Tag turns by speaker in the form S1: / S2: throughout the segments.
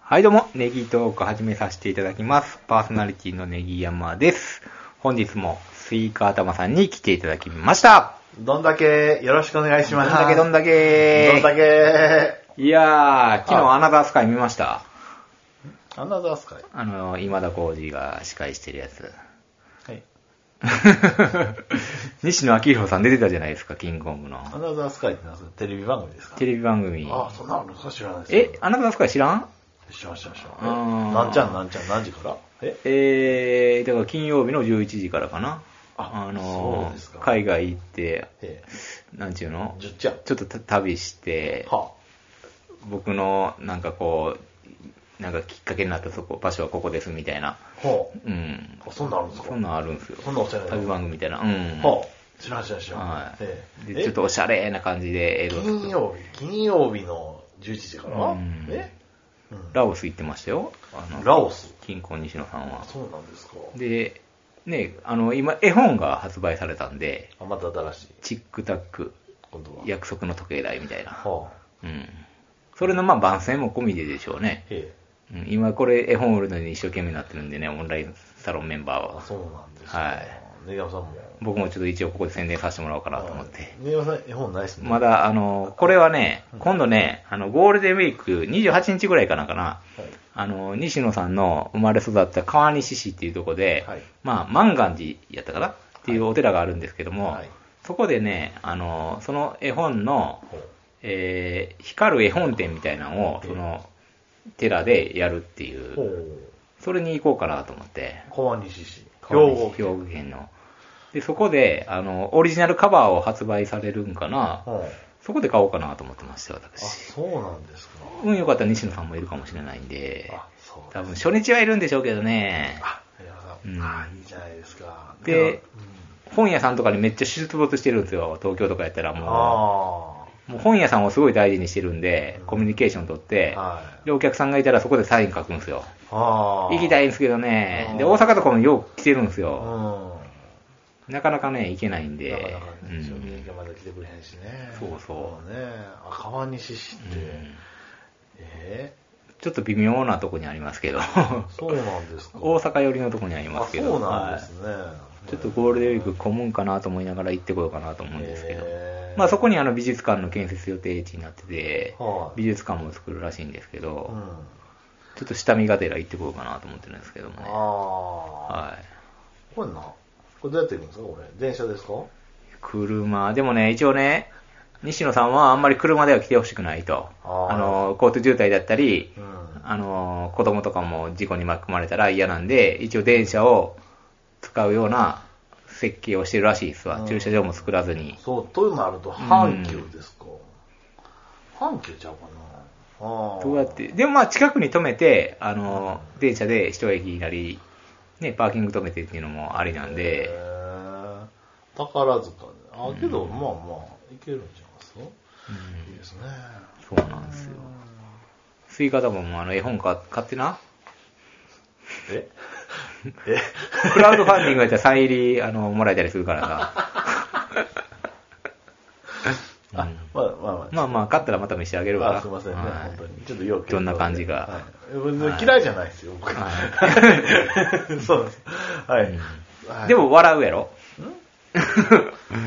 S1: はいどうも、ネギトーク始めさせていただきます。パーソナリティのネギ山です。本日もスイカ頭さんに来ていただきました。
S2: どんだけよろしくお願いし
S1: ど
S2: ま
S1: ん
S2: す。
S1: だけどん
S2: だ
S1: だけ
S2: どんだ け
S1: いやー、昨日
S2: あ
S1: アナザースカイ見ました。
S2: アナザースカイ。
S1: あの、今田耕司が司会してるやつ。
S2: はい。
S1: 西野昭弘さん出てたじゃないですか、キングコングの。
S2: アナザースカイって何ですかテレビ番組ですか
S1: テレビ番組。
S2: あ、そんなのそれ知らないですよ
S1: え、アナザースカイ知らん
S2: 知らん知らん知らん。
S1: うーん
S2: えなんちゃんなんちゃん何時からえ
S1: えー、だから金曜日の11時からかな。
S2: あそうですか
S1: 海外行って、
S2: え
S1: なんちゅうの
S2: じゅっちゃん。
S1: ちょっとた旅して、
S2: は
S1: 僕のなんかこう、なんかきっかけになったそこ、場所はここですみたいな。
S2: あ。ほう。
S1: うん。
S2: あそんなのあるんですか
S1: そんなんあるんですよ。
S2: そんなおしゃれなの
S1: 旅番組みたいな。うん。
S2: ほう。知らん知らん知らん。
S1: はい、
S2: ええ
S1: で。ちょっとおしゃれな感じで映
S2: え
S1: 像
S2: 金曜日、金曜日の11時から
S1: うん
S2: えうん
S1: ラオス行ってましたよ。あの、
S2: ラオス。
S1: 金婚西野さんは
S2: あ。そうなんですか。
S1: で、ね、あの、今、絵本が発売されたんで、
S2: あ、また新しい。
S1: チックタック、
S2: 今度は。
S1: 約束の時計台みたいな。
S2: はあ。
S1: うん。それのまあ番宣も込みででしょうね。
S2: ええ。
S1: うん今これ絵本売るのに一生懸命になってるんでね、オンラインサロンメンバー
S2: あ
S1: は。
S2: そうなんです
S1: はい
S2: ね。根山さんも。
S1: 僕もちょっと一応ここで宣伝させてもらおうかなと思って。
S2: 根山さん、絵本ないっすね。
S1: まだ、あの、これはね、今度ね、あの、ゴールデンウィーク28日ぐらいかなんかな、
S2: はい。
S1: あの、西野さんの生まれ育った川西市っていうとこで、
S2: はい
S1: まあ、万願寺やったかなっていうお寺があるんですけども、
S2: はい
S1: そこでね、あの、その絵本の、
S2: ほう
S1: えー光る絵本展みたいなのを、その、寺でやるってい
S2: ほ
S1: う、
S2: う。
S1: それに行こうかなと思って、
S2: 川西市。兵
S1: 川西
S2: 庫
S1: 兵庫県の。で、そこで、あの、オリジナルカバーを発売されるんかな、
S2: ほうあ、
S1: そこで買おうかなと思ってました、私。
S2: そうなんですか。
S1: 運良かったら西野さんもいるかもしれないんで、
S2: あ、そうです。
S1: 多分初日はいるんでしょうけどね、
S2: あ、根山さ
S1: うん
S2: ん。あ、いいじゃないですか。
S1: で
S2: うん、
S1: 本屋さんとかにめっちゃ出没してるんですよ、東京とかやったらも
S2: あ
S1: う。もう本屋さんをすごい大事にしてるんで
S2: う、ん
S1: コミュニケーション取っ
S2: あ。
S1: て、
S2: はい。
S1: で、お客さんがいたらそこでサイン書くんですよ。
S2: ああ。
S1: 行きた
S2: い。
S1: いんですけどね
S2: あ。ー
S1: で、大阪とかもよく来てるんです
S2: うん。
S1: よ。なかなかね、行けないんで。
S2: なかなかね、ちょっ
S1: う
S2: と
S1: ん
S2: ねまだ来てくれへんしね。。
S1: そうそう
S2: ね。あ、川西市って
S1: うん、
S2: え
S1: ちょっと微妙なとこにあります けど。
S2: えそうなんですか。
S1: 大阪寄りのとこにありま
S2: あ、
S1: すけど。
S2: そうなんです
S1: は
S2: ね。
S1: いちょっとゴールデンウィーク混むんかなと思いながら行ってこようかなと思うんですけど。
S2: へー
S1: まあそこにあの美術館の建設予定地になってて、
S2: はい
S1: 美術館も作るらしいんですけど、
S2: うん、
S1: ちょっと下見がてら行ってこようかなと思ってるんですけどもね。
S2: ああ、
S1: はい。
S2: これな、これどうやって行くんですか、これ、電車ですか
S1: 車、でもね、一応ね、西野さんはあんまり車では来てほしくないと。
S2: あー
S1: あの、交通渋滞だったり、
S2: うん
S1: あの、子供とかも事故に巻き込まれたら嫌なんで、一応電車を使うような設計をしてるらしいですわ。
S2: うん
S1: 駐車場も作らずに。
S2: そう、というのあると、阪急ですか。阪急ちゃうかな。ああ。
S1: どうやって、でもまあ近くに止めて、あの、電車で一駅なり、ね、パーキング止めてっていうのもありなん
S2: へ
S1: で、
S2: え宝塚で。あ、けど、まあまあ、行けるんちゃいますいいですね。
S1: そうなんですよ。スイカだもん、あの、絵本か買ってな。
S2: ええ
S1: クラウドファンディングやったらサイン入り、あの、もらえたりするからさ。
S2: あ、まあまあまあ。
S1: まあまあ、買ったらまた見せてあげるから。
S2: あすいませんね、
S1: はい
S2: 本当に。ちょっと要求
S1: どんな感じが
S2: はい別に嫌いじゃないですよ、僕。 そうです。はい。はい
S1: で、も笑うや ろ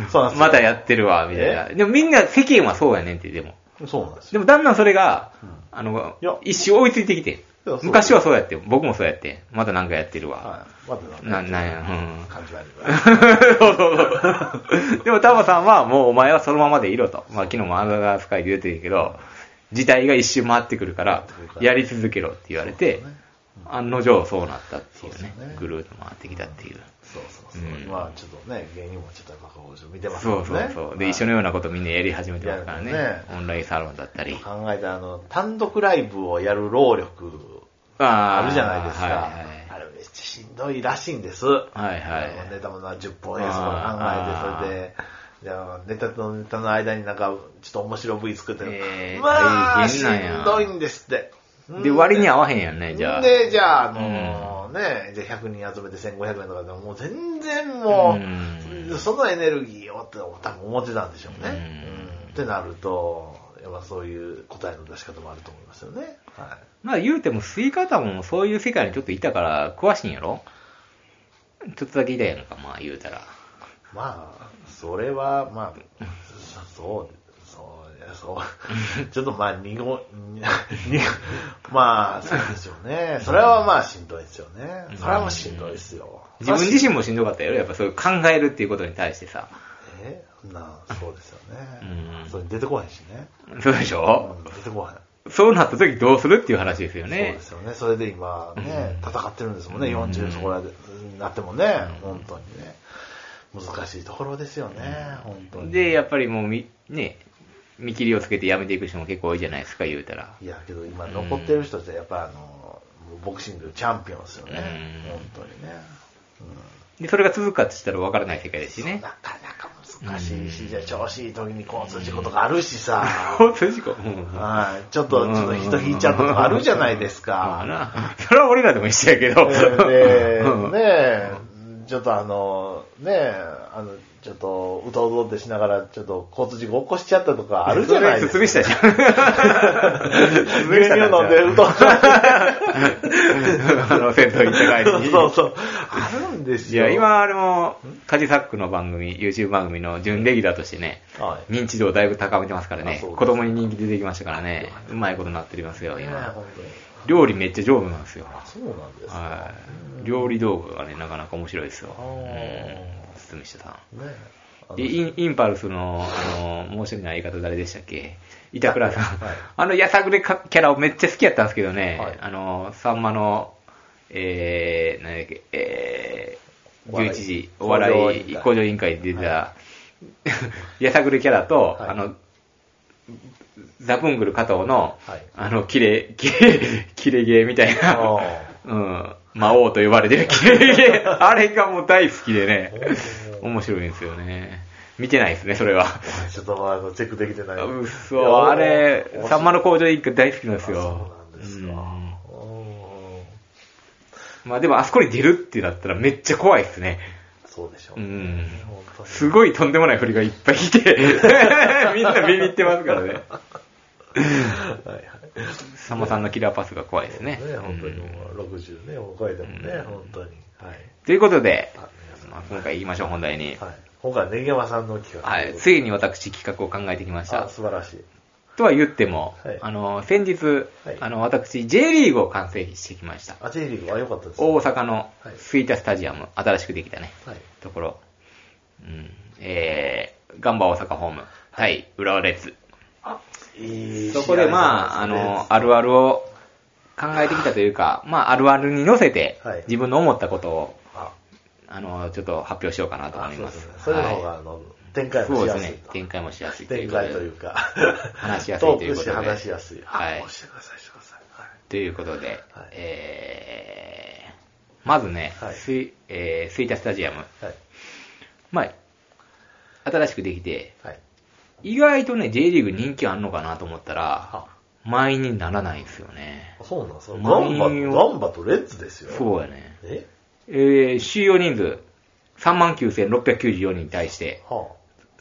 S2: そうなんですよ
S1: またやってるわ、みたいな。でもみんな世間はそうやねんって、でも。
S2: そうなんですよ。
S1: でもだんだんそれが
S2: うん、
S1: あの
S2: いや、
S1: 一周追いついてきて
S2: そうで。す
S1: 昔はそうやってん、僕もそうやってん。またなんかやってるわ。
S2: はい。また
S1: な、
S2: なん
S1: なんや、うん。
S2: 感じ悪い
S1: そうそうそう。でも、タマさんは、もうお前はそのままでいろと。まあ、昨日もアナザースカイで言うてるけど、事態が一周回ってくるから
S2: 回ってくる、から
S1: やり続けろって言われて、案の定そうなったっていう
S2: そう
S1: ね
S2: ですよね。
S1: ぐるーっと回ってきたっていう。
S2: そうそうそう。
S1: うん
S2: まあちょっとね、芸人もちょっと過去を見てます
S1: そうそうそう。で、一緒
S2: に。
S1: のようなことみんなやり始めてますからね。
S2: やるね
S1: オンラインサロンだったり。
S2: 考えたあの、単独ライブをやる労力
S1: あー
S2: あるじゃないですか。
S1: は
S2: あれめっちゃしんどいらしいんです。
S1: いはい。はいは
S2: ネ
S1: い。
S2: タもな10本映像を考えて、それで、じゃあネタとネタの間になんか、ちょっと面白い V 作ってる。
S1: えー
S2: ま
S1: 大
S2: あ、
S1: 変
S2: し
S1: なんや
S2: んどいんですって。
S1: で、割に合わへんやんね、じゃあ。
S2: で、じゃあ、あのね、じゃあ100人集めて1500円とかでも、もう全然も
S1: う
S2: う、そのエネルギーをって多分思ってたんでしょうね。
S1: う
S2: うんってなると、やっぱそういう答えの出し方もあると思いますよね。はい。
S1: まあ言うても、吸い方もそういう世界にちょっといたから、詳しいんやろちょっとだけいたやんか、まあ言うたら。
S2: まあ、それは、まあ、そう、そう、い やそう、ちょっとまあ、濁、にまあ、そうですよね。それはまあ、しんどいですよね。それはもうしんどいですよ。
S1: 自分自身もしんどかったやろやっぱそういう考えるっていうことに対してさ。
S2: えなあ、そうですよね
S1: う。ん
S2: それ出てこないしね。
S1: そうでしょ
S2: うん出てこない。
S1: そうなった時どうするっていう話ですよ
S2: そう
S1: ね
S2: で。すよね。それで今ね、戦ってるんですもんね。40そこらでなってもね、本当にね。難しいところですよね、本当に。
S1: で、やっぱりもうみ、ね、見切りをつけてやめていく人も結構多いじゃないですか、言うたら。
S2: いや、けど今残ってる人ってやっぱあの、ボクシングチャンピオンですよね。
S1: うん
S2: 本当にね。
S1: で、それが続くかって言ったら分からない世界ですし
S2: うん、
S1: ね
S2: な。かなか難しいし、じゃあ調子いい時に交通事故とかあるしさ。
S1: 交通事故。うん
S2: はい、ちょっと、ちょっと人引いちゃうとかあるじゃないです
S1: まあ
S2: か。
S1: な。それは俺らでも一緒やけど。
S2: え
S1: う
S2: ー
S1: ん
S2: で、ねえ、ちょっとあの、ねえ、あの、ちょっと、うとうとってしながら、ちょっと交通事故起こしちゃったとかあるじゃないです
S1: そ
S2: か。
S1: れ
S2: 牛
S1: 堤下じゃん。
S2: 乳飲んでうとうと。
S1: あの、戦闘行った帰りに。
S2: そうそう。 あるんです
S1: い
S2: よ。
S1: や、、今、あれも、カジサックの番組、YouTube 番組の準レギュラーとしてね、
S2: はい。
S1: 認知度をだいぶ高めてますから
S2: あ
S1: ね
S2: そうで、す
S1: 子供に人気出てきましたからね、うまいことになってますよ、
S2: ねえ
S1: 今。
S2: 本当に
S1: 料理めっちゃ上手なんですよ。
S2: そうなんですか。
S1: はい。料理動画がね、なかなか面白いですよ。
S2: あ
S1: う
S2: ー
S1: ん。堤下さん。
S2: ねえあの
S1: でインインパルスの、あの、申し訳ない言い方誰でしたっけ板倉さん。
S2: はい
S1: あの、やさぐれかキャラをめっちゃ好きやったんですけどね、
S2: はい
S1: あの、さんまの、えー、なんやっけ、えー、
S2: お笑い
S1: 11時、お笑い
S2: 工
S1: 工場
S2: 場
S1: 委員会で出た、 やさぐれキャラと、
S2: はい
S1: あの、ザブングル加藤の、
S2: はい
S1: あの、キレ、キレ、キレゲーみたいな、
S2: ああ
S1: うん、魔王と呼ばれてるキレゲー、あれがもう大好きでね。面白いんですよね。見てないですね、それは。
S2: ちょっとまあチェックできてない。
S1: うっ
S2: いや
S1: そ、あれ、さんまの工場委員会大好きなんです
S2: そ
S1: よ。
S2: うなんですか。うん
S1: うんまあでも、あそこに出るってなったらめっちゃ怖いですね。
S2: そうでしょ
S1: う
S2: うね。
S1: ん。
S2: 本当に
S1: すごいとんでもない振りがいっぱい来 て、みんなビビってますからね。
S2: はいはい。
S1: さんまさんのキラーパスが怖いですね。
S2: ね、本当にも
S1: うん
S2: う60ね、お声でもね、
S1: うん
S2: 本当に。はい。
S1: ということで、
S2: あ皆さん
S1: まあ今回言いましょう、本題に。
S2: はい。今回、ネギ山さんの企画。
S1: はい、ついに私企画を考えてきました
S2: あ、。素晴らしい。
S1: とは言っても、
S2: はい
S1: あの、先日、
S2: はい
S1: あの、私、J リーグを完成してきました。
S2: あ、J リーグは良かったですね。
S1: 大
S2: は
S1: 阪の
S2: はい
S1: スイータスタジアム、新しくできたね、
S2: い。
S1: ところ。うん。えー、ガンバ大阪ホーム、対浦和レッズ。
S2: あ、いい
S1: そこで、まあ、あの、あるあるを考えてきたというか、まあ、あるあるに乗せて
S2: はい、
S1: 自分の思ったことを、
S2: あ、
S1: あの、ちょっと発表しようかなと
S2: あ
S1: 思い
S2: そう
S1: ま
S2: です
S1: す
S2: ね。。それの方
S1: は
S2: が、あの、展
S1: い
S2: 開
S1: そ
S2: も
S1: う
S2: し
S1: で
S2: や
S1: す
S2: すい
S1: ね
S2: と。。
S1: 展開もしやすいとい
S2: 展
S1: うことで
S2: 開というか、
S1: 話しやすいということで
S2: トークして話しやすい。
S1: は
S2: はいい。押してください、してください。はい。
S1: ということで、
S2: はい
S1: えー、まずね、
S2: はい
S1: スイえー、スイタスタジアム、
S2: はい。
S1: まあ、新しくできて、
S2: はい。
S1: 意外とね、J リーグ人気あんのかなと思ったら、
S2: あ、
S1: 満員にならないんですよね。
S2: そうなんですよ。ガ
S1: 満
S2: ン
S1: 員
S2: バ、
S1: を
S2: ガンバとレッツですよ。う。
S1: そうやね。
S2: え
S1: えー、収容人数、39,694人に対して、
S2: は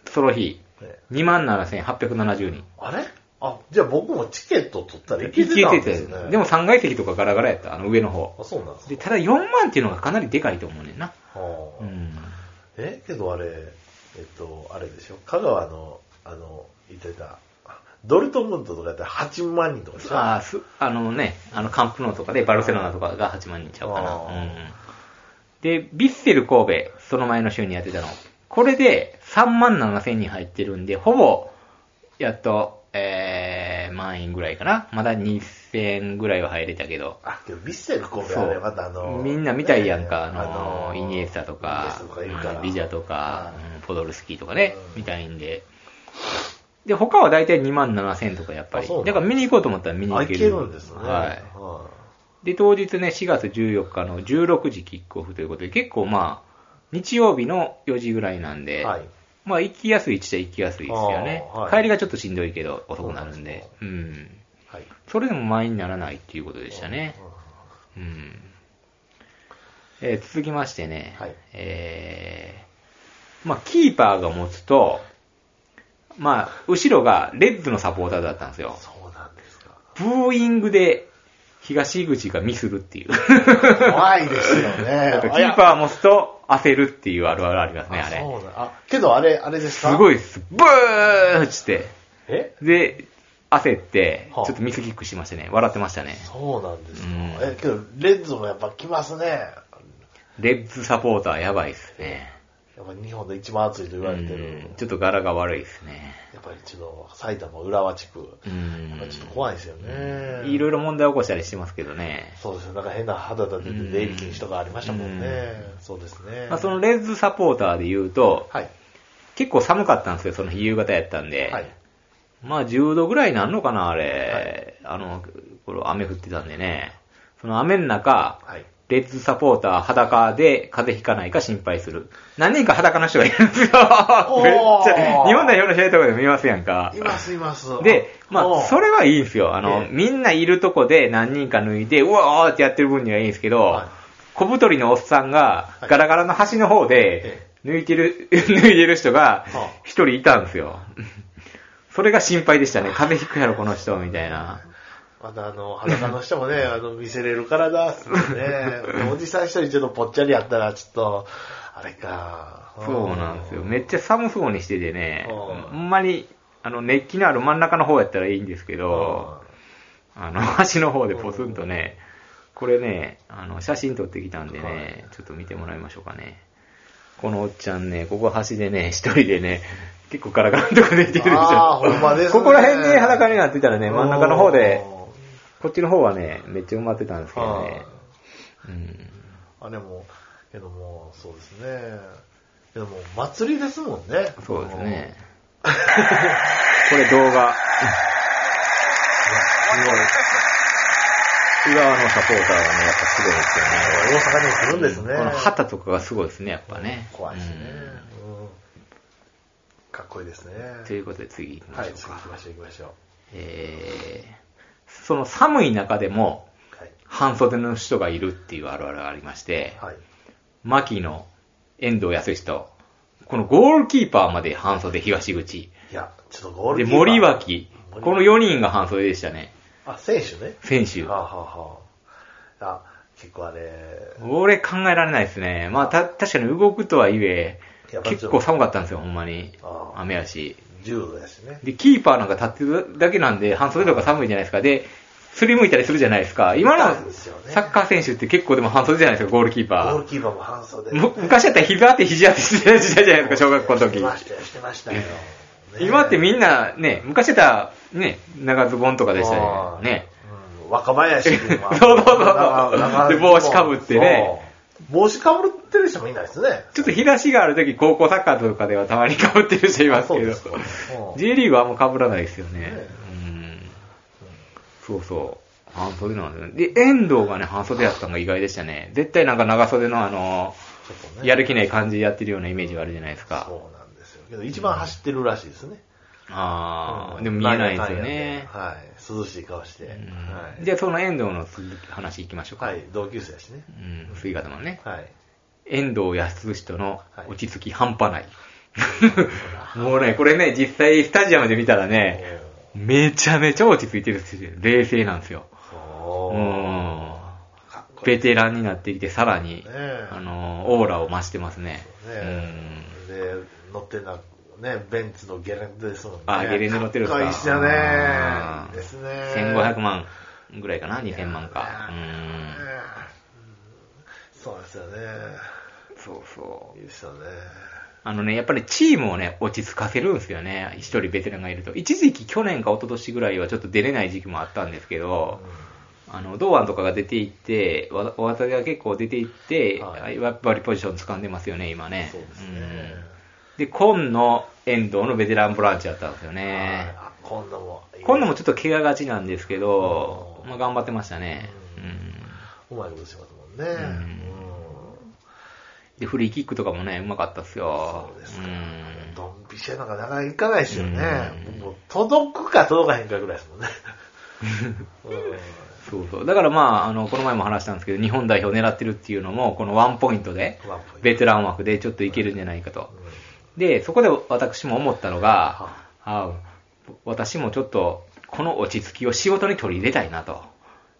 S1: その日、
S2: あ。ね
S1: 27,870人。
S2: あれあ、じゃあ僕もチケット取ったらいけ
S1: い
S2: て
S1: け
S2: たん
S1: て
S2: です
S1: て
S2: ね。、
S1: でも、3階席とかガラガラやった、あの上の方。
S2: あ、そうなんです
S1: で、
S2: か。
S1: ただ4万っていうのがかなりでかいと思うねんな。
S2: はあ
S1: うん。
S2: え、けどあれ、えっと、あれでしょ。香川の、あの、言ってた、ドルトムントとかやったら8万人とかでしょ。
S1: ああ、す、あのね、あの、カンプノーとかで、バルセロナとかが8万人ちゃうかな。
S2: あ
S1: う
S2: ー
S1: ん。で、ビッセル神戸、その前の週にやってたの。これで3万7千人入ってるんで、ほぼ、やっと、えー、満員ぐらいかな。まだ2千ぐらいは入れたけど。
S2: あ、けどビッセル神戸あれ、またあの、
S1: みんな見たいやん
S2: ね
S1: か、あの、イニエスタと
S2: イニエ
S1: か
S2: スタとかいるから、
S1: ビジャとか
S2: はい、
S1: うんポドルスキーとかね、
S2: うん
S1: 見たいんで。で、他は大体2万7千とかやっぱ
S2: あ
S1: り。
S2: そうなん
S1: だ
S2: だ
S1: から見に行こうと思ったら見に
S2: あ、
S1: 行
S2: い
S1: け
S2: け
S1: る。
S2: るんですね。
S1: はい。
S2: は
S1: で、当日ね、4月14日の16時キックオフということで、結構まあ、日曜日の4時ぐらいなん
S2: い。
S1: で、
S2: はい。
S1: まあ、行きやすいっちゃ行きやすいですよね。
S2: あーはい
S1: 帰りがちょっとしんどいけど、遅くなるんで、うん。
S2: はい。
S1: それでも満員にならないっていうことでしたね。うん。えー続きましてね、
S2: はい
S1: えーまあ、キーパーが持つと、まあ、後ろがレッズのサポーターだったんですよ。
S2: そうなんですか。
S1: ブーイングで東口がミスる っていう。
S2: 怖いですよ
S1: なん
S2: ね。
S1: かキーパー持つと焦るっていうあるあるありますね、あ
S2: あ
S1: れ。
S2: そうだ。あ、けどあれ、あれです
S1: す
S2: かい。
S1: ごいです。ブーッつって。
S2: え
S1: で、焦って、ち
S2: は
S1: ょ
S2: あ
S1: っとミスキックしましたね。笑ってましたね。
S2: そうなんですか。
S1: うん
S2: え、けど、レッズもやっぱ来ますね。
S1: レッズサポーターやばいっすね。
S2: やっぱ日本で一番熱いと言われてる。
S1: うんちょっと柄が悪いっすね。
S2: やっぱりうちの埼玉浦和地区。
S1: うん
S2: やっぱちょっと怖いですよね。
S1: いろいろ問題起こしたりしてますけどね。
S2: そうですよ。なんか変な肌立てて出入り禁止とかありましたもんね。そうですね。
S1: まあ、そのレッズサポーターで言うと、
S2: はい。
S1: 結構寒かったんですよ、その日夕方やったんで。
S2: はい。
S1: まあ10度ぐらいなんのかな、あれ。あの、これ雨降ってたんでね。その雨の中、
S2: はい。
S1: レッズサポーター裸で風邪ひかないか心配する。何人か裸の人がいるんですよ。めっち
S2: おー
S1: ゃ、日本代表の試合とかでも見ますやんか
S2: い。ます、います。
S1: で、まあ、そ
S2: れ、
S1: れはいいんですよ。あの、
S2: ええ
S1: みんないるとこで何人か脱いで、うわーってやってる分にはいいんですけど、
S2: はい
S1: 小太りのおっさんが、
S2: はい
S1: ガラガラの端の方で
S2: え、
S1: 抜いてる、 脱いでる人が
S2: はあ、
S1: 一人いたんですよ。それが心配でしたね。風邪ひくやろ、この人、みたいな。
S2: またあの、裸の人もね、あの、見せれるからだっ すね。おじさん一人ちょっとぽっちゃりやったら、ちょっと、あれか。
S1: そうなんですよ。めっちゃ寒そうにしててね、
S2: はあ
S1: ほんまに、あの、熱気のある真ん中の方やったらいいんですけど、あの、 端の方でポツンとね、これね、あの、写真撮ってきたんで
S2: は
S1: ね、ちょっと見てもらいましょうかね。このおっちゃんね、ここ端でね、一人でね、結構ガラガラのとこできてるでしょ。
S2: あーほんまですね
S1: ここら辺で裸になってたらね、真ん中の方で、
S2: うん
S1: こっちの方はね、めっちゃ埋まってたんですけどね。うん。
S2: あれも、けども、そうですね。けども、祭りですもんね。
S1: そうですね。これ動画。
S2: うん。すごい。
S1: 内側のサポーターがね、やっぱすごいですよね。
S2: 大阪にも来るんですね。
S1: この旗とかがすごいですね、やっぱね。
S2: 怖いですね
S1: うん。
S2: うんかっこいいですね。
S1: ということで次行きま
S2: は
S1: しょ
S2: い、
S1: う
S2: 次
S1: か。
S2: 行きましょう、行きましょう。
S1: えー、その寒い中でも
S2: はい。
S1: 半袖の人がいるっていうあるあるがありまして、
S2: はい。
S1: 牧野、遠藤康人、このゴールキーパーまで半袖東口、
S2: いや、ちょっとゴー
S1: で、
S2: ルキーパー
S1: 森脇、
S2: 森脇
S1: この4人が半袖でしたね、
S2: あ、選手ね。
S1: 選手。
S2: はあ、はあはあ、あ、結構あれ、
S1: 俺考えられないですね。まあ、た、確かに動くとはいえ
S2: いや、
S1: 結構寒かったんですよ、ほんまに
S2: あ。あ
S1: 雨やし。
S2: 柔道ですね。
S1: で、キーパーなんか立ってるだけなんで、半袖とか寒いじゃないですか。で、すりむいたりするじゃないですか。今の
S2: そうですよね
S1: サッカー選手って結構でも半袖じゃないですか、ゴールキー
S2: ゴー
S1: パ
S2: ルキーパーも半袖。
S1: ー。む昔だったら膝って肘当てしてた時代じゃないですか、小学校の
S2: して
S1: 時。
S2: ましたよ、してましたよ。ね
S1: 今ってみんなね、昔だったらね、長ズボンとかでしたよ
S2: ああ
S1: ね。
S2: うん若林君は
S1: そうそうそう
S2: 長長
S1: で帽子かぶってね
S2: そう帽子かぶってる人もいないですね。
S1: ちょっと日差しがある時、高校サッカーとかではたまに被ってる人いますけど
S2: あそうですかう、ん
S1: J リーグはあんま被らないですよね。
S2: え
S1: うんそうそう。半袖なんですよね。で、遠藤がね、半袖やったのが意外でしたね。絶対なんか長袖のあの、
S2: ちょっとね
S1: やる気ない感じでやってるようなイメージがあるじゃないですか。
S2: そうなんですよ。けど一番走ってるらしいですね。
S1: あ
S2: う
S1: あ、
S2: ん
S1: でも見えないですよね。
S2: はい。涼しい顔して。はい。
S1: じゃあその遠藤の続き話いきましょうか。
S2: はい、同級生だしね。
S1: うん、水方のね。
S2: はい。
S1: 遠藤康人の
S2: はい
S1: 落ち着き半端ない。 もうね、これね、実際スタジアムで見たらね、めちゃめちゃ落ち着いてるんですよ冷静なんですよ。
S2: お
S1: うん
S2: ーかっこいい
S1: ベテランになってきて、さらに、
S2: ねえ
S1: あの、オーラを増してますね。
S2: ねで、乗ってんのは、ね、ベンツのゲレンデですもんね。
S1: あゲレンデ乗ってるんです
S2: か
S1: か
S2: っこいいっすよね
S1: あ。ー
S2: いいですね。
S1: うん。1500万ぐらいかな ?2000 万か。う
S2: ね
S1: ん。
S2: そうですよね。
S1: そうそう
S2: い。いですよね。
S1: あのね、やっぱりチームをね、落ち着かせるんですよね。一人ベテランがいると。一時期去年か一昨年ぐらいはちょっと出れない時期もあったんですけど、あの、堂安とかが出ていって、わお渡りが結構出ていって、
S2: はい
S1: やっぱりポジション掴んでますよね、今ね。
S2: そうです
S1: うん
S2: ね。
S1: で、今野、遠藤のベテランボランチだったんですよ
S2: はい
S1: ね。
S2: あ今度も。
S1: 今野もちょっと怪我がちなんですけど、
S2: うん
S1: まあ頑張ってましたね。う
S2: うん
S1: ん
S2: うまいことしますもんね。うん
S1: で、フリーキックとかもね、うまかったっすよ。
S2: そうですか
S1: ん。
S2: ドンピシャなんかなかなかいかないですよね
S1: う。
S2: もう届くか届かへんかぐらいですもんね。うん
S1: そうそう。だからまあ、あの、この前も話したんですけど、日本代表狙ってるっていうのも、このワンポイントで
S2: ワンポイント、
S1: ベテラン枠でちょっといけるんじゃないかと
S2: う。ん
S1: で、そこで私も思ったのが
S2: は、
S1: あ私もちょっと、この落ち着きを仕事に取り入れたいなと。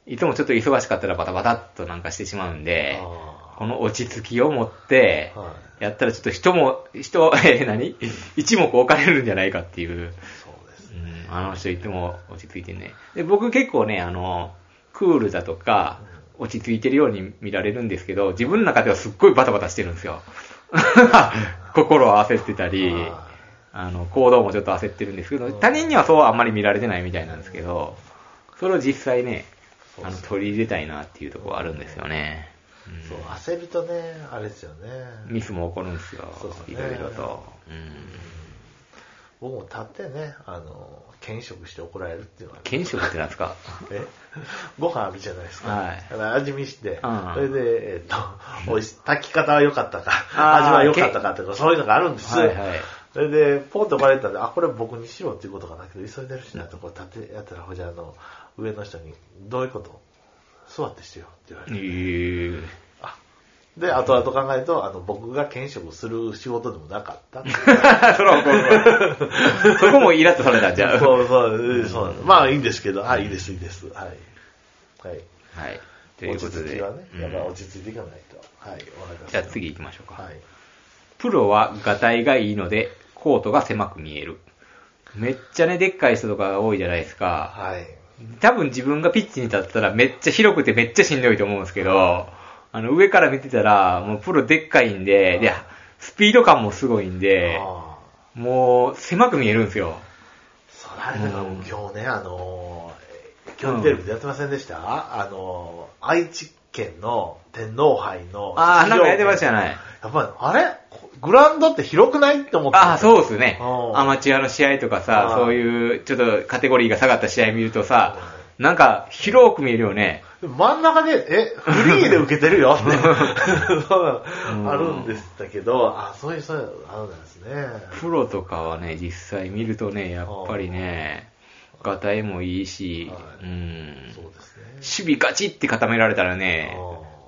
S1: いつもちょっと忙しかったらバタバタっとなんかしてしまうんで、
S2: あ
S1: この落ち着きを持って
S2: ー、は
S1: やったらちょっと人も、人、 えー何一目置かれるんじゃないかっていう。
S2: い。そうです
S1: う
S2: ね。
S1: ん、あの人いつも落ち着いてんね。で、僕結構ね、あの、クールだとか、落ち着いてるように見られるんですけど、自分の中ではすっごいバタバタしてるんですよ。 心を焦ってたり、
S2: は
S1: あの、行動もちょっと焦ってるんですけど、他人にはそうあんまり見られてないみたいなんですけど、それを実際ね、あの、取り入れたいなっていうところあるんですよね。うん
S2: そう、焦るとね、あれですよね。
S1: ミスも起こるんですよ
S2: そうです。
S1: い
S2: ね
S1: ろいろと。うん。
S2: 僕も立ってね、あの、検食して怒られるっていうのは、
S1: 検証ってなんですか
S2: えご飯あるじゃないですか。
S1: はい
S2: だから味見して、
S1: うん
S2: それで、えっと、 おいし、炊き方は良かったか、
S1: あー
S2: 味は良かったかとか、そういうのがあるんですよ。
S1: はいはい
S2: それで、ポンとバレたら、あ、これ僕にしろっていうことがなくて、急いでるしなとこう立ってやったら、ほいじゃあの、上の人に、どういうこと座ってしてよって言われ
S1: え
S2: て。
S1: ー
S2: あで、後々考えると、あの、僕が検職する仕事でもなかったっていう。
S1: そら怒るわそこもイラッとされたんじゃん。
S2: そうそう、そう。まあいいんですけど、はい、いいです、いいです。はい。はい。
S1: はい。ということ
S2: 落ち着
S1: で。
S2: きはね、
S1: うん
S2: やっぱ落ち着いていかないと。はい、わかりました。
S1: じゃあ次行きましょうか。
S2: はい。
S1: プロはガタイがいいので、コートが狭く見える。めっちゃね、でっかい人とかが多いじゃないですか。
S2: はい。
S1: 多分自分がピッチに立ったらめっちゃ広くてめっちゃしんどいと思うんですけど、あの、上から見てたら、もうプロでっかいんで、で、スピード感もすごいんで、
S2: ああ
S1: もう狭く見えるんですよ。
S2: そらあれだから僕今日ね、あのー、今日テレビでやってませんでした、あのー、愛知県の天皇杯の。
S1: ああ、なんかやってました
S2: や
S1: よね。
S2: っぱり、あれグラウンドって広くないって思った。
S1: ああ、そうですね。
S2: うん
S1: アマチュアの試合とかさ、
S2: うん
S1: そういう、ちょっとカテゴリーが下がった試合見るとさ、なんか広く見えるよね。
S2: でも真ん中で、え、フリーで受けて るよって、そうなのあるんでしたけど、あ、そういう、そういう、あるんですね。
S1: プロとかはね、実際見るとね、やっぱりね、ガタイもいいし、
S2: は
S1: う
S2: い
S1: ん。
S2: そうですね。
S1: 守備ガチって固められたらね、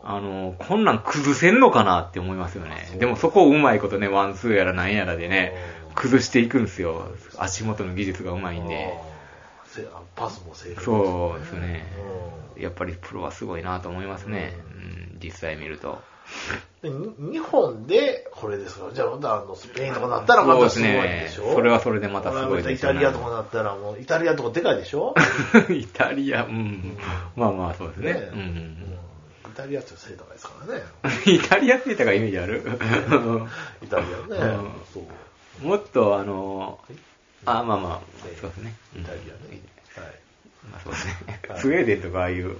S2: あ
S1: あの、こんなん崩せんのかなって思いますよね
S2: あそ。う
S1: でもそこをうまいことね、ワンツーやらなんやらでね
S2: う、ん
S1: 崩していくんですよ。足元の技術がうまいんで。
S2: あせあパスも正確
S1: そうですね。
S2: う
S1: やっぱりプロはすごいなと思いますね。うん、実際見ると。
S2: んでに日本でこれですから、じゃあ、またあのスペインとかなったらまたすごいでし
S1: そ
S2: ょ
S1: うですねそれはそれでまたすごい
S2: で
S1: です
S2: イ
S1: よ
S2: タ
S1: ね
S2: リアとかなったら、もうイタリアとかでかいでしょ
S1: イタリア、うん。まあまあ、そうですね。うんうん
S2: うんイタリアって背高いですからね。
S1: うん。イタリアって言ったかイメージある
S2: イタリアね。
S1: うん
S2: そう。
S1: もっと、あの、あ、まあまあ、そうですね。う
S2: イ
S1: ん
S2: タリアね。はい。
S1: まあそうですね
S2: は。い
S1: スウェーデンとかああいう、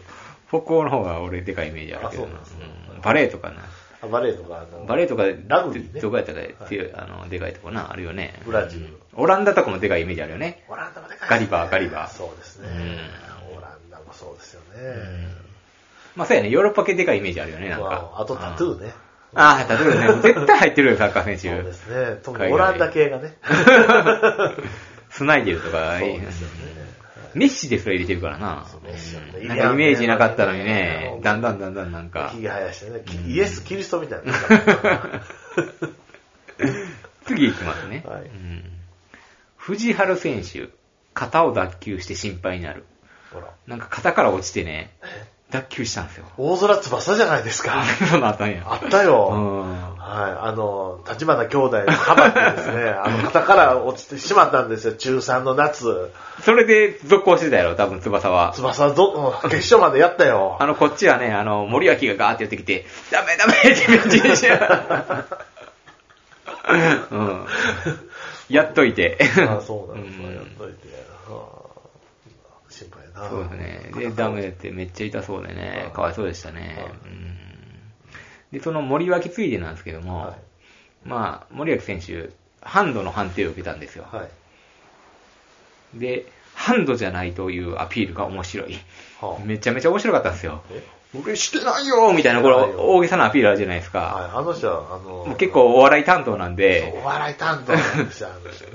S1: 北欧の方が俺でかいイメージあるけど
S2: あそう
S1: な
S2: なんですね。
S1: うんバレエとかな。
S2: あバレーとか、あの、
S1: バレエとか、
S2: ラグビーね
S1: どこやったかっていう、
S2: は
S1: あの、でかいとこな、あるよね。
S2: ブラジル
S1: オランダとかもでかいイメージあるよね。
S2: オランダもでかいですね
S1: ガリバーガリバー
S2: そうですね。
S1: う
S2: オランダもそうですよね。
S1: まあそうやね、ヨーロッパ系でかいイメージあるよね、なんか
S2: ま。ああとタトゥーね。
S1: ああ、タトゥーね。絶対入ってるよ、サッカー選
S2: そうで
S1: 手。
S2: すね。特
S1: 海外
S2: にオランダ系がね。
S1: スナイデルとか、
S2: そうですよね。
S1: メッシですら入れてるからな
S2: そうメッシよね。
S1: うんなんかイメージなかったのに
S2: イリアン
S1: ね
S2: ね、
S1: だんだんだんだんなんか
S2: ひ、げ生やしてね。きイエス・キリストみた いな。は
S1: 次行きますね。
S2: はい
S1: うん藤原選手、肩を脱臼して心配になる。
S2: ほら。
S1: なんか肩から落ちてね、脱臼したんですよ。
S2: 大空翼じゃないですか。
S1: そんなあったんや。
S2: あったよ。
S1: うん
S2: はい、あの、立花兄弟のカバってで すね、あの、肩から落ちてしまったんですよ、中3の夏。
S1: それで続行してたやろ、多分翼は。
S2: 翼ど、うん決勝までやったよ
S1: あ。の、こっちはね、あの、森脇がガーって寄ってきて、ダメダメってめっちゃ言うし うん。やっといて。
S2: あそうなんですよ、
S1: うん
S2: やっといて。はあ心配やな。
S1: そうですね。で、ダメってめっちゃ痛そうでね、かわいそうでしたね。うんで、その森脇ついでなんですけども、
S2: はい
S1: まあ、森脇選手、ハンドの判定を受けたんですよ。
S2: はい。
S1: で、ハンドじゃないというアピールが面白い。
S2: はあ
S1: めちゃめちゃ面白かったんですよ。
S2: え
S1: 俺してないよみたいな、これ
S2: してないよ
S1: 大げさなアピールあるじゃないですか。
S2: はい、あの人は、あの、
S1: もう結構お笑い担当なんで、
S2: お笑い担当なんですよ、あの人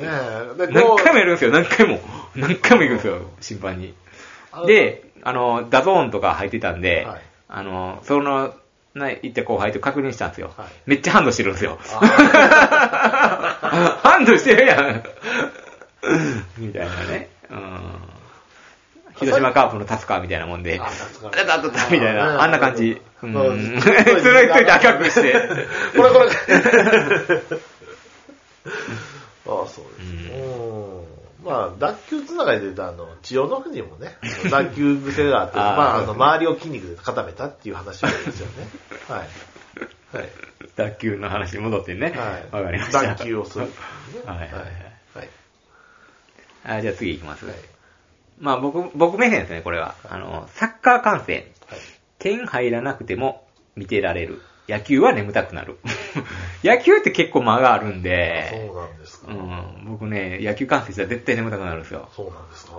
S2: ね。で
S1: 何回も
S2: も
S1: やるんですよ、何回も。何回も行くんですよ、審判に。で、あの、ダゾーンとか入ってたんで、
S2: はい
S1: あの、その、な行った後輩と確認したんですよ。
S2: はい
S1: めっちゃハンドしてるんですよ。ハンドしてるやん。 みたいなね。うん。広島カープのタスカーみたいなもんで、
S2: あ
S1: あ
S2: タスカー
S1: ったあったあったみたいな、あんな感じ。う。
S2: うんん
S1: そ れついといて赤くして。
S2: これこれ。 ああ、そうですね。うんまあ、脱臼つながりで言うと、あの、千代の富士 もね、脱臼癖があって、
S1: ああ
S2: まあ、あの、
S1: そうですね
S2: 周りを筋肉で固めたっていう話もありますよね。はい。はい。
S1: 卓球の話に戻ってね。
S2: はい。
S1: わかりました。
S2: 脱臼をする、ね
S1: はいはいはい
S2: はい。
S1: あじゃあ次行きます。
S2: はい
S1: まあ僕、僕目線ですね、これは。あの、サッカー観戦。
S2: はい
S1: 点入らなくても見てられる。野球は眠たくなる。 野球って結構間があるんで、
S2: そうなんですか。
S1: うん、僕ね、野球観戦したら絶対眠たくなるんですよ。
S2: そうなんですか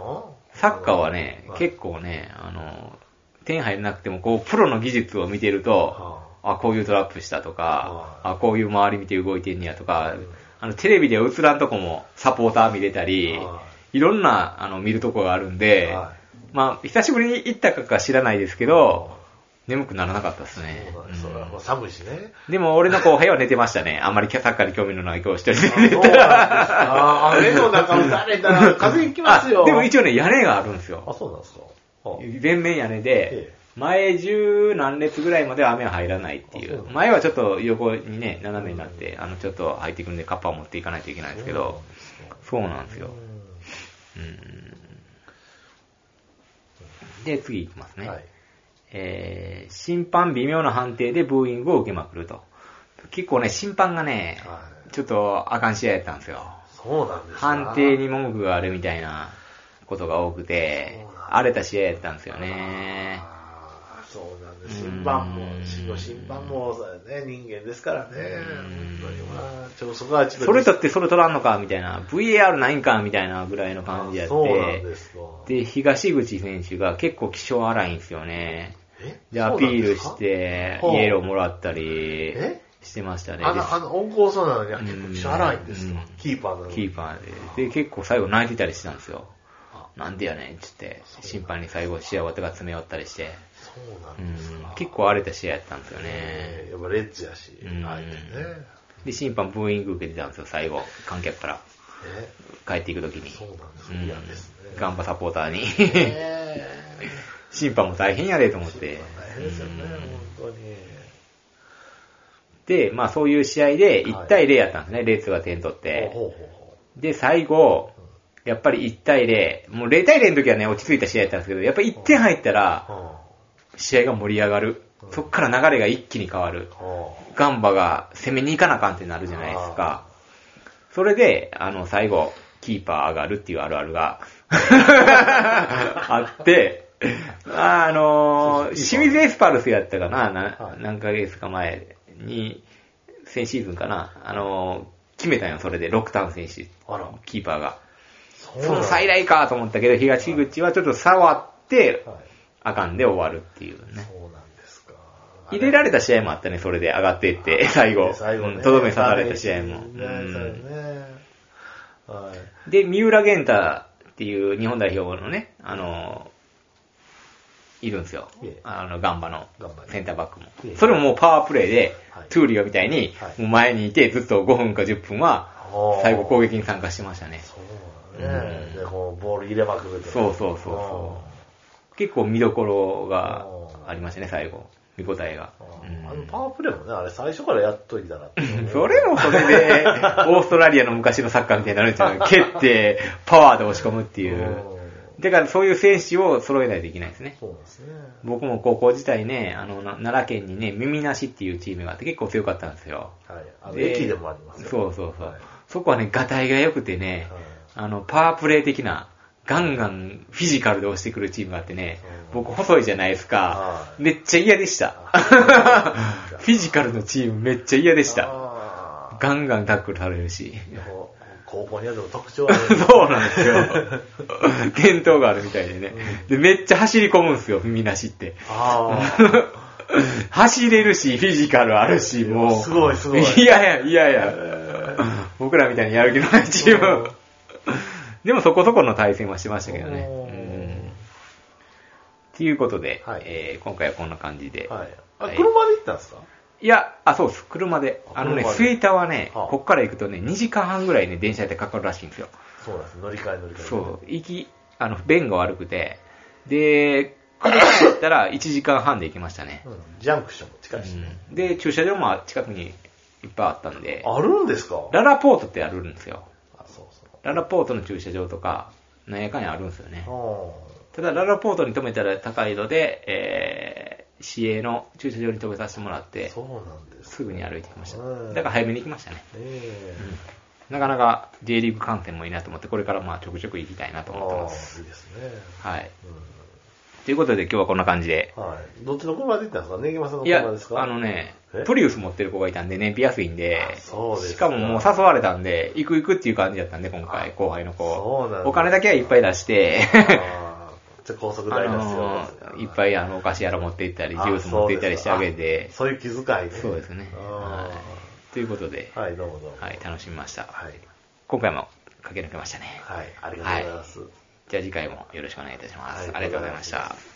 S1: サッカーはね、
S2: はい
S1: 結構ね、あの、点入らなくても、こう、プロの技術を見てると、
S2: は
S1: あ、こういうトラップしたとか、
S2: は
S1: あ、こういう周り見て動いてんねやとか
S2: うん、
S1: あの、テレビでは映らんとこもサポーター見れたり
S2: は、
S1: いろんな、あの、見るとこがあるんで、
S2: は
S1: まあ、久しぶりに行ったかか知らないですけど、眠くならなかったです
S2: い
S1: ね
S2: そうなんです。。
S1: うん
S2: それはもう寒いしね。
S1: でも、俺の後輩は寝てましたね。あんまりサッカーに興味のない顔してる
S2: そうなんですか。あれの中打たれたら風邪ひきます
S1: あ
S2: よ。
S1: でも一応ね、屋根があるんですよ
S2: あ、。そうなんですか。あ
S1: 全面屋根で
S2: え、
S1: 前十何列ぐらいまでは雨は入らないってい
S2: あそう
S1: う
S2: な。んだ
S1: 前はちょっと横にね、斜めになって、あの、ちょっと入ってくるんでカッパを持っていかないといけないんですけど、そうなんですよ。うんで、次いきます
S2: うん
S1: ね。
S2: はい。
S1: えー審判微妙な判定でブーイングを受けまくると。結構ね、審判がね、
S2: はい
S1: ちょっとあかん試合やったんですよ。
S2: そうなんですか
S1: 判定に文句があるみたいなことが多く
S2: そう
S1: て
S2: なん、だ
S1: 荒れた試合やったんですよね。
S2: あーそうなんです。審判も
S1: うん、
S2: 審判も、そうだよね、人間ですからね。
S1: うん
S2: 本当にまあちょ、そこはちょっと。
S1: それ取ってそれ取らんのかみたいな、VAR ないんかみたいなぐらいの感じやっ
S2: あそうなんで
S1: て、
S2: すか。
S1: で、東口選手が結構気性荒いんですよね。
S2: え
S1: で、アピールし。て、
S2: ほう
S1: イエローもらったり
S2: え
S1: してました
S2: そう
S1: ね。
S2: なん
S1: で
S2: ですかあの、あの、温厚そうなのに、あ結構気性荒いんですか
S1: うん
S2: キーパーなのに。
S1: キーパーで。で、結構最後泣いてたりしてたんですよ
S2: あ。
S1: なんでやねんっつって、審判に最後試合終わってから詰め寄ったりして、
S2: そうな
S1: うん
S2: です
S1: ん
S2: か。
S1: 結構荒れた試合やったんですよね。
S2: ねやっぱレッツやし、
S1: うん
S2: 相手ね。
S1: で、審判ブーイング受けてたんですよ、最後。観客から
S2: え
S1: 帰っていくときに。
S2: そうなんです
S1: う
S2: ね。
S1: ん
S2: 嫌ですね。
S1: ガンバサポーターに。
S2: ええ
S1: 審判も大変やでと思って。
S2: 大変ですよね、本当に。
S1: で、まあそういう試合で
S2: は
S1: 1
S2: い
S1: 対0やったんですね、レーツが点取っ
S2: ほ
S1: て。
S2: うほうほ
S1: で、最後、やっぱり1対0。もう0対0の時はね、落ち着いた試合やったんですけど、やっぱり1点入った
S2: う
S1: ら、
S2: ほう。は
S1: 試合が盛り上がる。そっから流れが一気に変わる
S2: あ。は
S1: ガンバが攻めに行かなあかんってなるじゃないですか。それで、あの、最後、キーパー上がるっていうあるある があって、あーあのー清水エスパルスやったかな、
S2: は
S1: ない何ヶ月か前に、先シーズンかな、あのー決めたんよ、それで、六ン選手、
S2: ああら、
S1: キーパーが。
S2: そ
S1: その再来かと思ったけど、東口はちょっと触って、
S2: はい。
S1: あかんで終わるっていうね。
S2: そうなんですか。
S1: 入れられた試合もあったね、それで上がっていって、最後。
S2: 最後
S1: う
S2: ね。
S1: んとどめ刺された試合も。
S2: ね
S1: うん
S2: そうねはい。
S1: で、三浦玄太っていう日本代表のね、あの、いるんですよ
S2: ええ。
S1: あの、ガンバの
S2: ガンバね
S1: センターバック
S2: ええ
S1: も。それももうパワープレイで
S2: はい、
S1: トゥーリオみたいに
S2: は、い
S1: もう前にいてずっと5分か10分は、
S2: おー
S1: 最後攻撃に参加してましたね。
S2: そうだね。で、こう、ボール入れまくると
S1: そうそうそうそ結構見どころがありましたね、最後。見応えが。うん
S2: あのパワープレイもね、あれ最初からやっといたらって思う。
S1: それもそれで、オーストラリアの昔のサッカーみたいになるんじゃない蹴って、パワーで押し込むってい
S2: お
S1: う。
S2: ー
S1: だからそういう選手を揃えないといけないですね。
S2: そうなんですね。
S1: 僕も高校時代ね、あの、な奈良県にね、耳なしっていうチームがあって結構強かったんですよ。
S2: はい。あの、駅でもありますよ
S1: そうそうそう。
S2: はい
S1: そこはね、ガタイが良くてね、
S2: はい
S1: あの、パワープレイ的な、ガンガンフィジカルで押してくるチームがあってね、
S2: うん
S1: 僕細いじゃないですか
S2: は。い
S1: めっちゃ嫌でした。 フィジカルのチームめっちゃ嫌でした。
S2: あー
S1: ガンガンタックルされるし。
S2: こう高校にある特徴はね、
S1: そうなんですよ。 伝統があるみたいでね。で、めっちゃ走り込むんですよ、みなしって。
S2: あー
S1: 走れるし、フィジカルあるし、もう。
S2: すごいすごい
S1: やいや、いやいや。僕らみたいにやる気のないチーム。でもそこそこの対戦はしましたけどね。
S2: おー
S1: うんっていうことで、
S2: はい
S1: えー今回はこんな感じで。
S2: はい。あ、
S1: はい
S2: 車で行ったんですか
S1: いや、あ、そうです。車で。
S2: あ
S1: あのね、
S2: 車で
S1: 吹田はね、
S2: はあ
S1: こっから行くとね、2時間半ぐらいね、電車でかかるらしいんですよ。
S2: そうなんです。乗り換え乗り換え。
S1: そう、行き、あの、便が悪くて、で、車で行ったら1時間半で行きましたね。
S2: うん。ジャンクションも近いしね。
S1: うんで、駐車場も近くにいっぱいあったんで、
S2: あるんですか
S1: ララポートってあるんですよ。
S2: あ、そうそう。
S1: ララポートの駐車場とか、なんやかんやあるんですよね。
S2: あ
S1: ただ、ララポートに止めたら高いので、えー、市営の駐車場に止めさせてもらっ
S2: あ、
S1: て、
S2: そうなんです。
S1: すぐに歩いてきました。
S2: うん
S1: だから早めに行きましたね。
S2: ねえ。
S1: なかなか J リーグ観戦もいいなと思って、これからまあちょくちょく行きたいなと
S2: あ
S1: 思ってま
S2: あ、
S1: す。
S2: いいですね。
S1: はい。
S2: う
S1: ということで今日はこんな感じで。
S2: ん。はい。どっちの車で行ったんですかネギマさんの
S1: いや
S2: 車です、か
S1: あのね
S2: え、
S1: プリウス持ってる子がいたんでね、ピアスいんで
S2: あ、そうですか
S1: しかももう誘われたんで、行く行くっていう感じだったんで、今回、後輩の子。
S2: そうなんだ
S1: お金だけはいっぱい出 して、
S2: あーじゃあ高速
S1: あ
S2: 代出すよ
S1: の。ーいっぱいあのお菓子やら持って行ったり、ジュース持って行ったりしてあげて
S2: あ、そうですかあそういう気遣いね。
S1: そうですね。
S2: あ
S1: はいということで
S2: ー、はい、どうもどうも。
S1: はい、楽しみました。
S2: はい。
S1: 今回も駆け抜けましたね。
S2: はい、ありがとうございます。
S1: じゃあ次回もよろしくお願いいたします。ありがとうございました。